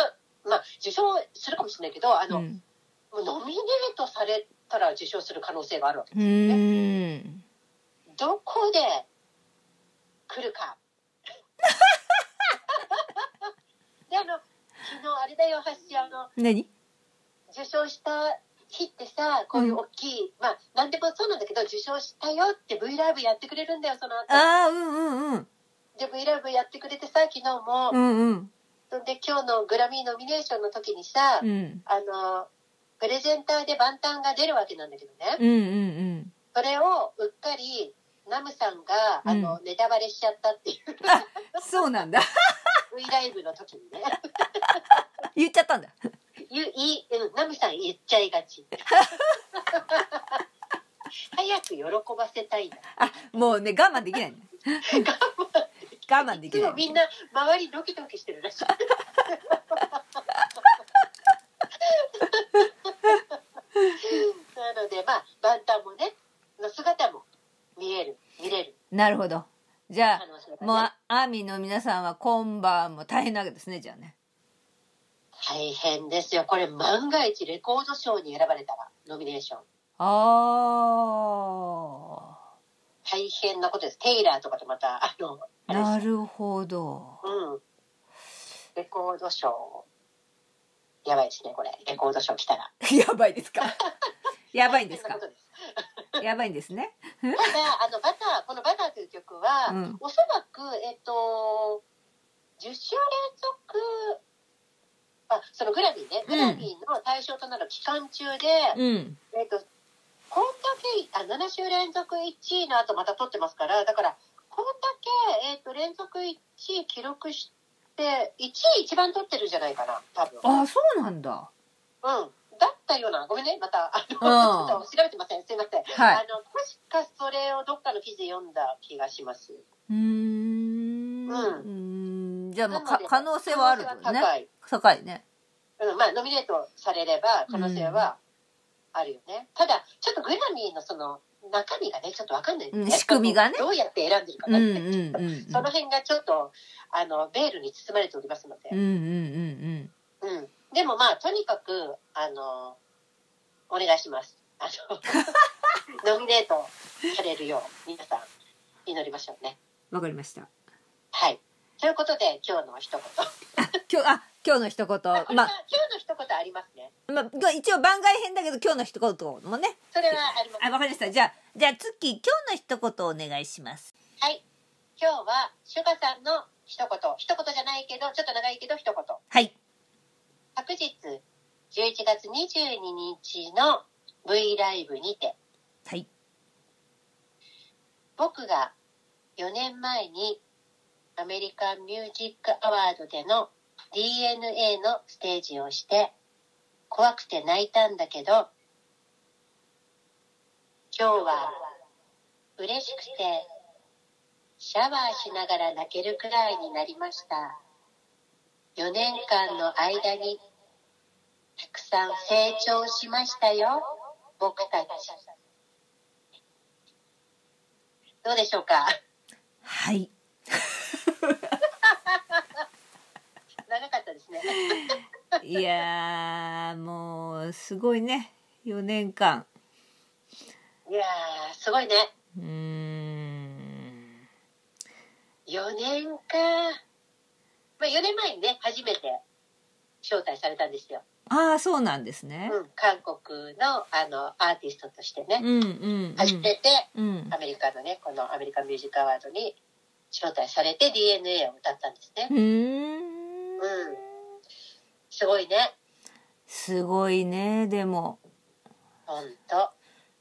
まあ受賞するかもしれないけど、あの、
う
も
ん
うノミネートされたら受賞する可能性があるわけ
う
ですよね。
ーん。
どこで来る
[LAUGHS]
か。であの昨日あれだよ発信あの
何
受賞した日ってさこういう大きい、まあ何でもそうなんだけど受賞したよって V ライブやってくれるんだよその後
ああ、うんうんうん。
で V ライブやってくれてさ昨日も、
うんうん。
そんで今日のグラミーノミネーションの時にさ、
うん。
あのプレゼンターで万端が出るわけなんだけどね、
うんうん
それをうっかりナムさんがあの、ネタバレしちゃったっていう
うん。そうなんだ。
[LAUGHS] V ライブの時にね
言っちゃったんだ。
言う言いうんナムさん言っちゃいが
[LAUGHS]
ち早く喜ばせたいな
あ、もうね、我慢でき
[LAUGHS]
ないんだ。我慢で
い
き
つ
な
も
い。
みんな周りドキドキしてるらしい。なのでまあ
なるほど。じゃ
あのそれ
あ、
が
もう
ね
あ、アーミーの皆さんは今晩も大変なわけですね、じゃあね。
大変ですよこれ万が一レコード賞に選ばれたらノミネーション
あ
大変なことですテイラーとかとまたあの
あ、
あれです
なるほど。
うん。レコードショー。やばいですね、これ。レコードショー来たら。
[LAUGHS] やばいですか。 [LAUGHS] やばいんです
そ
か
んな。ことです
やばいんですね。
ただ、あの、バター、このバターという曲は、
うん
おそらく、えっと、10週連続、あ、そのグラミーね、グラミーの対象となる期間中で、
うん。
えっと、こんだけ、あ、7週連続1位の後また取ってますから、だから、こんだけ、えっと、連続1位記録して、1位一番取ってるんじゃないかな、多分。
あ、そうなんだ。
うん、だったような、ごめんね、また、あの、
うん
ちょっと調べてません、すいません。
はい
あの、確かそれをどっかの記事で読んだ気がします。
うーん。
うん
うん。じゃあもう
な
か
ので
可能性はあるってことね。
高い。
高いね。
うん、まあ、ノミネートされれば、可能性はあるよね。ただ、ちょっとグラミーのその、中身がね、ちょっとわかんないんですね、
うん仕組みがね
どうやって選んでるか
うん
が
う
ね、
んうんうん。
その辺がちょっと、あの、ベールに包まれておりますので。
うんうんう
う
ん
ん、でもまあとにかくあのお願いしますあ
[LAUGHS]
のノミネートされるよう皆さん祈りましょうね
うん。わかりました。
はいということで今日の一言 [LAUGHS]
今日、あ、今日の一
あ
言。
これ
ま
は
あ、
今日の一言ありますね
まあ、一応番外編だけど今日の一言もね。
それはあります
あ、わかりました。じゃあ、じゃあ、ツッキー、今日の一言お願いします。
はい今日はシュガさんの一言一言じゃないけどちょっと長いけど一言
はい。
昨日11月22日の V ライブにて
はい。
僕が4年前にアメリカンミュージックアワードでの DNA のステージをして怖くて泣いたんだけど今日は嬉しくてシャワーしながら泣けるくらいになりました4年間の間にたくさん成長しましたよ僕たちどうでしょうか
はい。
長かったですね。
いやー、もう、すごいね。4年間。
いやー、すごいね。
うーん。
4年か。まあ、4年前にね、初めて招待されたんですよ。
ああ、そうなんです
う
ね。
ん、韓国のあのアーティストとしてね、
うんうん
初めて
うん。
アメリカのね、このアメリカンミュージックアワードに招待されて DNA を歌ったんですね
う。ん。
う
うん
ん。すごいね。
すごいね、でも。
ほんと。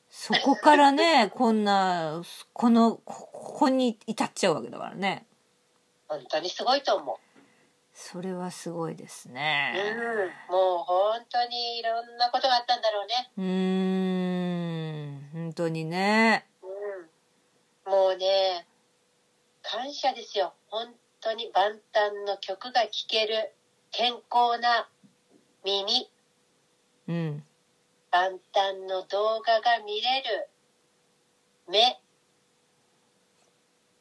そこからね、 [LAUGHS] こんな、この、こここに至っちゃうわけだからね。
本当にすごいと思う。
それはすごいです
うん
ね。。
もう本当にいろんなことがあったんだろうね。
うーん、本当にね。
うんもうね、感謝ですよ。本当に万端の曲が聴ける健康な耳、
うん。
万端の動画が見れる目、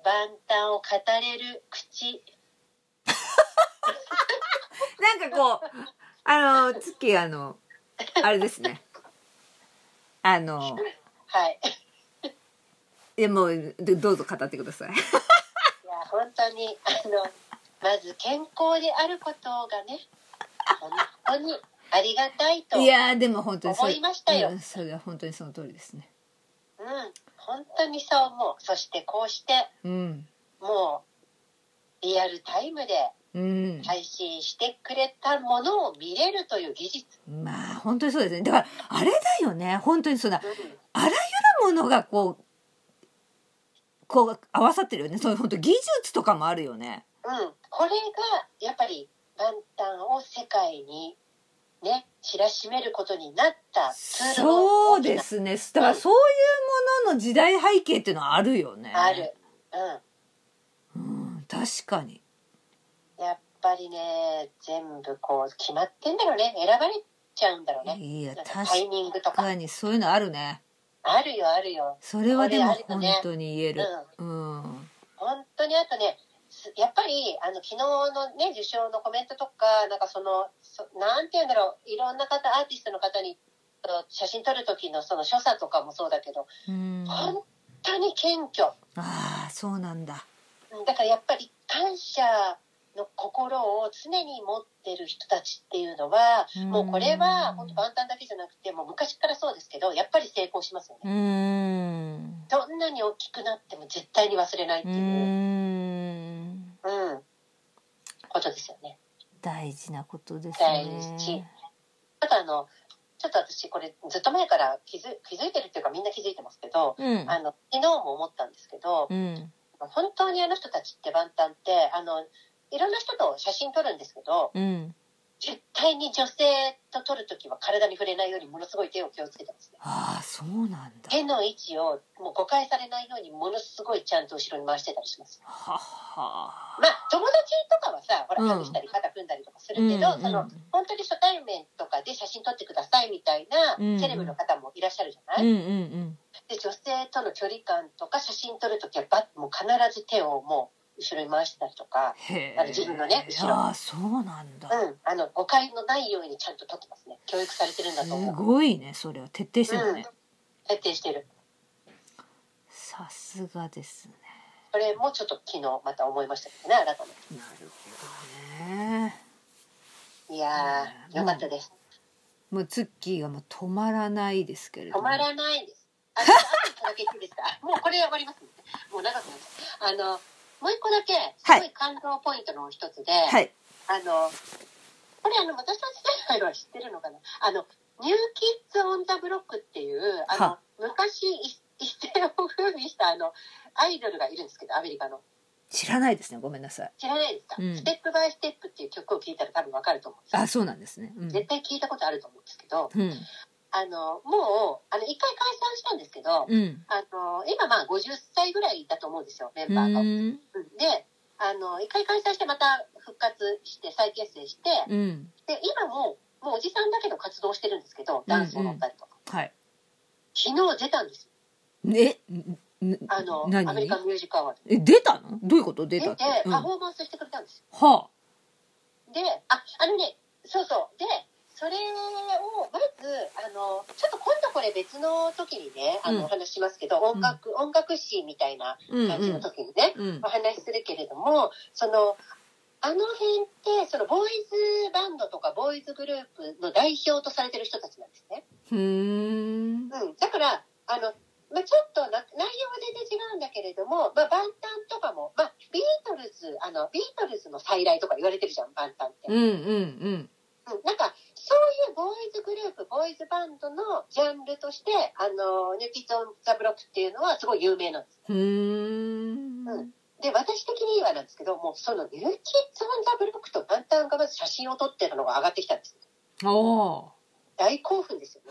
万端を語れる口。
なんかこう、あの、月、あの、あれですね。あの、
はい。い
いやもう、どどうぞ語ってください。
や、本当に、あの、まず健康であることがね、本当にありがたいと。
いやー、でも本当にそう
思いましたよ
うんそれは本当にその通りですね。
うん、本当にそう思う。そしてこうして、
うん。
もうリアルタイムで
うん。
配信してくれたものを見れるという技術、
まあ、本当にそうですね。だから、あれだよね。本当にそうだ。
う
あらゆるものがこう、こう合わさってるよね。そう、本当技術とかもあるよね。
んこれがやっぱり万端を世界にね知らしめることになったツールの
そう
大き
で
な
すね。だからそういうものの時代背景っていうのはあるよね。
ある、う
うん、確かに。
ん、やっぱりね全部こう決まってんだろうね選ばれちゃうんだろうね
いや、
なんか
確
タイミングとか
かにそういうのあるね。
あるよあるよ。
それはで
これ
も
あるよ
本
ね
当に言え
うん
る。。うん。
本当にあとね、すやっぱりあの昨日のね受賞のコメントとかなんかそのそなんていうんだろういろんな方アーティストの方にと写真撮る時のその所作とかもそうだけど、
うん。あ
本当に謙虚。
あ、そうなんだ。
うんだからやっぱり感謝の心を常に持ってる人たちっていうのは、
うん
もうこれは本当万端だけじゃなくて、もう昔からそうですけど、やっぱり成功しますよね。
うん。
どんなに大きくなっても絶対に忘れないって
う
いう、うん、
ん。
ことですよね。
大事なことです
大事
ね。
あとあの、ちょっと私これずっと前から気づ気づいてるっていうかみんな気づいてますけど、
うん。
あの、昨日も思ったんですけど、
うん。
本当にあの人たちって万端って、あの、いろんな人と写真撮るんですけど、
うん。
絶対に女性と撮るときは体に触れないようにものすごい手を気をつけてますね。
ああ、そうなんだ。
手の位置をもう誤解されないようにものすごいちゃんと後ろに回してたりします。
はっは。
まあ友達とかはさ、ほら、
うん
ハグしたり肩組んだりとかするけど、
うん
その、本当に初対面とかで写真撮ってくださいみたいな
うん
セレブの方もいらっしゃるじゃな
う
い、
んうん
で、女性との距離感とか写真撮るときはバッもう必ず手をもう後ろに回したりとか、
へえ
あの自分のね後ろ
ああそうなんだ、
うん、あの、誤解のないようにちゃんと撮ってますね。教育されてるんだ
す
と思う。
ごいねそれは徹底してるね、
徹底してる。
さすがですね
それもちょっと昨日また思いましたけどね、改め
なるほどね
て。いや
うん
ー、よかったです。
もうツッキーがもう止まらないですけれど
止
も
まらないです。あ、ちょっとあと一個だけいいですかもうこれで終わりますね。もう長くなっちゃうあの、もう一個だけ、すごい感動ポイントの一つで、
はい
あの、これあの、私たち世代は知ってるのかなあの、ニューキッズ・オン・ザ・ブロックっていう、あ
は
の、昔一一世を風靡したあの、アイドルがいるんですけど、アメリカの。
知らないですねごめんなさい
知らないですか、
うん
ステップ・バイ・ステップっていう曲を聴いたら多分わかると思うんですよ
あそうなんですねうん
絶対聞いたことあると思うんですけど、
うん
あの、もう、あの、一回解散したんですけど、
うん
あの、今まあ50歳ぐらいだと思うんですよ、メンバーが。
うん
うんで、あの、一回解散してまた復活して再結成して、
うん
で、今も、もうおじさんだけど活動してるんですけど、ダンスを踊ったりとか。
はい
昨日出たんですよ。
ねん
あの、アメリカン
何
ミュージックアワード。
え出たのどういうこと出
出
たって
て、
うん、
パ
は
フォーマンスしてくれたんですよ。
あ
で、あ、あのね、そうそう。で、それを、まず、あの、ちょっと今度これ別の時にね、あ
うん
の、お話ししますけど、音楽、音楽誌みたいな
うんう
感じの
ん
時にね、
うん
お話しするけれども、その、あの辺って、その、ボーイズバンドとか、ボーイズグループの代表とされてる人たちなんですね。
ふーん
うん。だから、あの、まあ、ちょっとな内容は全然違うんだけれども、まあ、バンタンとかも、まあ、ビートルズ、あの、ビートルズの再来とか言われてるじゃん、バンタンって。
うんう
う
ん
んなんか、そういうボーイズグループ、ボーイズバンドのジャンルとして、あの、ニューキッズ・オン・ザ・ブロックっていうのはすごい有名なんです。
うんふー
うんんで、私的にはなんですけど、もうそのニューキッズ・オン・ザ・ブロックとバンタンがまず写真を撮ってるのが上がってきたんです。
おー
大興奮ですよ
[LAUGHS]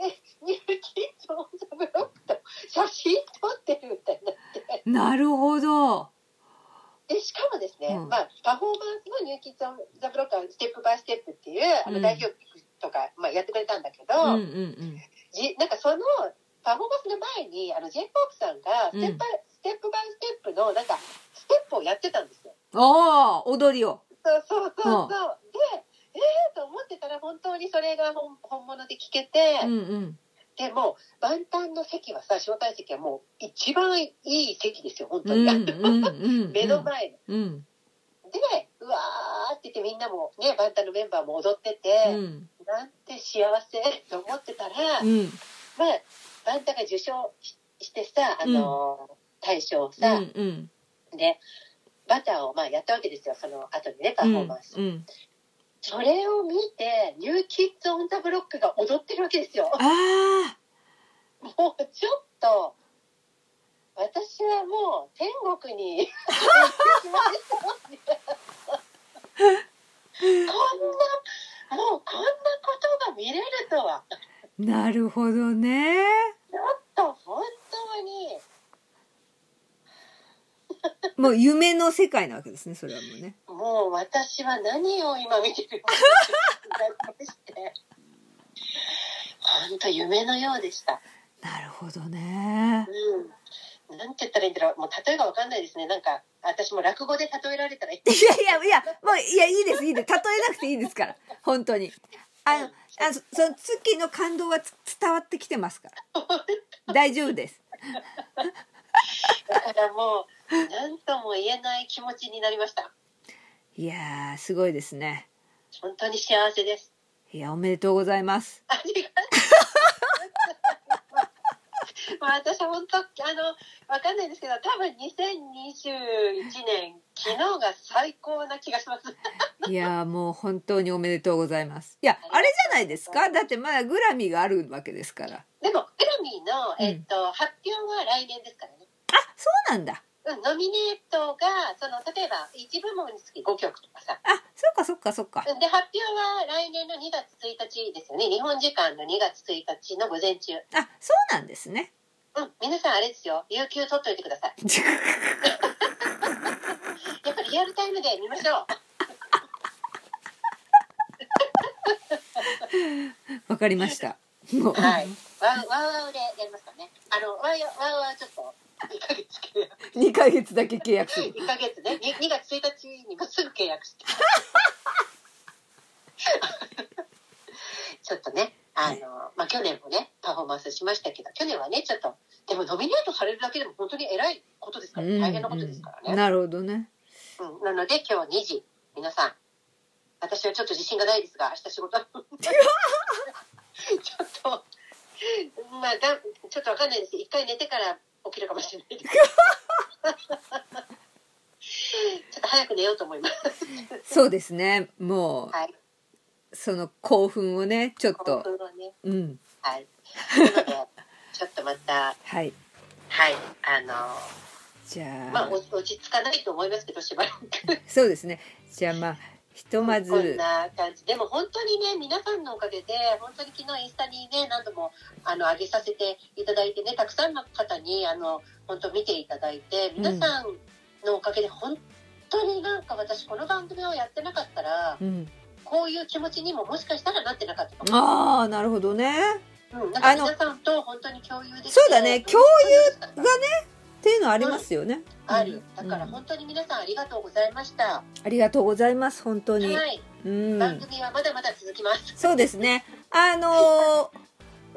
ね。え、ニューキッズ・オン・ザ・ブロックと写真撮ってるみたいになって。
なるほど。
でしかもですね、
うん
まあ、パフォーマンスもニューキッズ・オン・ザ・ブロックはステップ・バイ・ステップっていう、あ
う
の
ん
代表曲とか、まあ、やってくれたんだけ
う
ど、
んうん
じなんかそのパフォーマンスの前にあの j p o p さんがステップ,、ステップバイステップのなんかステップをやってたんですよ。
うん。ああ、踊りを。
そうそうそうそう
うん
でえーと思ってたら本当にそれが本本物で聞けて、
うんうん。
でもう万端の席はさ招待席はもう一番いい席ですよ本
う
当に、
んうんうん。
目の前の。
うん。
でうわーって言ってみんなもね万端のメンバーも踊ってて、
うん。
なんて幸せと思ってたら、
うん。
まあ、あんたが受賞ししてさ、あのー大賞を
う
さ、
んうん。
で、バターをまあやったわけですよ、その後にね、パ
う
フ
ん
ォーマンス。
うん。
それを見て、ニューキッズ・オン・ザ・ブロックが踊ってるわけですよ。
ああ。
もうちょっと、私はもう天国に [LAUGHS] 行ってしまいそうでこんな、もうこんなことが見れるとは。
なるほどね。
ちょっと本当に、
もう夢の世界なわけですね、それはもうね。
もう私は何を今見てるのだとして。本本当夢のようでした。
なるほどね。
うん。なんて言ったらいいんだろう。もう例えがわかんないですね。なんか、私も落語で例えられたらいい。
いやいやいや、もう、いや、いいです、いいです。例えなくていいですから。本当に。あの、あのそその月の感動はつ伝わってきてます [LAUGHS] から。大丈夫です。
だからもう、なんとも言えない気持ちになりました。
いやー、すごいですね。
本当に幸せです。
いや、おめでとうございます。
ありがとう。まあ [LAUGHS] 私は本当あのわかんないですけど多分2021年昨日が最高な気がします。
いやー、もう本当におめでとうございます。いや、あれじゃないですか。だってまだグラミーがあるわけですから。
でもグラミーの
うん
えっと、発表は来年ですからね。
あ、そうなんだ。
うん、ノミネートがその例えば1部門につき5曲とかさ
あ、そっかそっかそっか。
うんで発表は来年の2月1日ですよね日本時間の2月1日の午前中
あ、そうなんですね。
うん皆さんあれですよ有給取っといてく [LAUGHS] ださいやっぱりリアルタイムで見ましょう
わかりました。もう、
はいワウワウワウでやりますからねあのワウワウワウちょっと1ヶ月契約
2ヶ月だけ契約する。
1ヶ月ね 2, 2月1日にもうすぐ契約してちょっとねあの、まあ、去年もねパフォーマンスしましたけど去年はねちょっとでもノミネートされるだけでも本当に偉いことですから、
うん
大変なことですから
うん
ね、
なるほどね。
うんなので今日2時皆さん私はちょっと自信がないですが明日仕
[LAUGHS]
事ちょっとまあがちょっとわかんないです一回寝てから起きるかもしれないです
[LAUGHS]
ちょっと早く寝ようと思います
そうですね。も
はい。
う、その興奮をね、ちょっ
興
と。
奮をね。
うん。
はい。なので、ちょっとまた、
はい。
はい、あの、
じゃ
まあ、
あ、
落落ち着かないと思いますけど、しばらく。
そうですね。じゃあまあ、ひとま
こん
ず、
な感じ。でも本当にね、皆さんのおかげで、本当に昨日インスタにね、何度も、あの、上げさせていただいてね、たくさんの方に、あの、本当見ていただいて、皆さんのおかげで、本当になんか私、この番組をやってなかったら
う、ん。
こういう気持ちにももしかしたらなってなかったかも
ああ、なるほどね。
うん、なんか皆さんと本当に共有できて
そうだね共
有
っていうのはありますよね。
あるだから
うん
本当に皆さんありがとうございました、
ありがとうございます。本当に。
はい、
うん。
番組はまだまだ続きます、
そうですね。
[LAUGHS]
あのー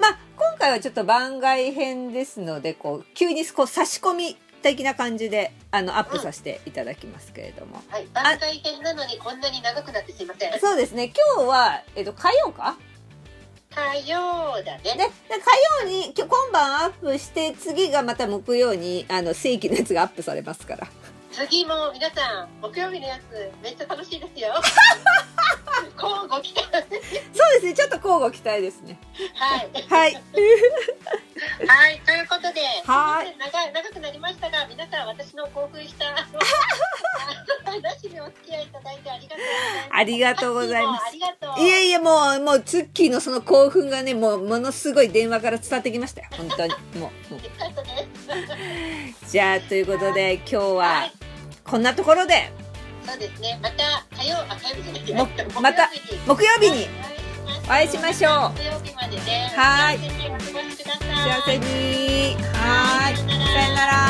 まあ今回はちょっと番外編ですので、こう急にこう差し込み的な感じであのアップさせていただきますけれども。
はい、番外編なのにこんなに長くなってすいません
そうですね。今日はえっと火曜か。
火曜だ
で
ね
で火曜に今日今晩アップして次がまた木曜にあの正規のやつがアップされますから。
次も皆さん木曜日のやつめっちゃ楽しい
[LAUGHS]
ですよこうご期待
そうですね。ちょっと交互期待ですね。
はい [LAUGHS]
はい。
はいということで
はい
すいません長い長くなりましたが皆さん私の興奮したあの話にお付き合いいただいてありがとうございます
ありがとう
ありが
ございます
とう
いやいやもうもうツッキーのその興奮がねもうものすごい電話から伝わってきましたよ。本当にもう。もう
よかったです。
じゃあということで今日
は、
はいこんなところで
そうですね。また火曜、あ、火曜日じゃないえっと木曜日に。
また木曜日に
お
お会いしましょう
木曜日までね。
はい
幸せにお過ごしください。
幸せにはーいさよなら。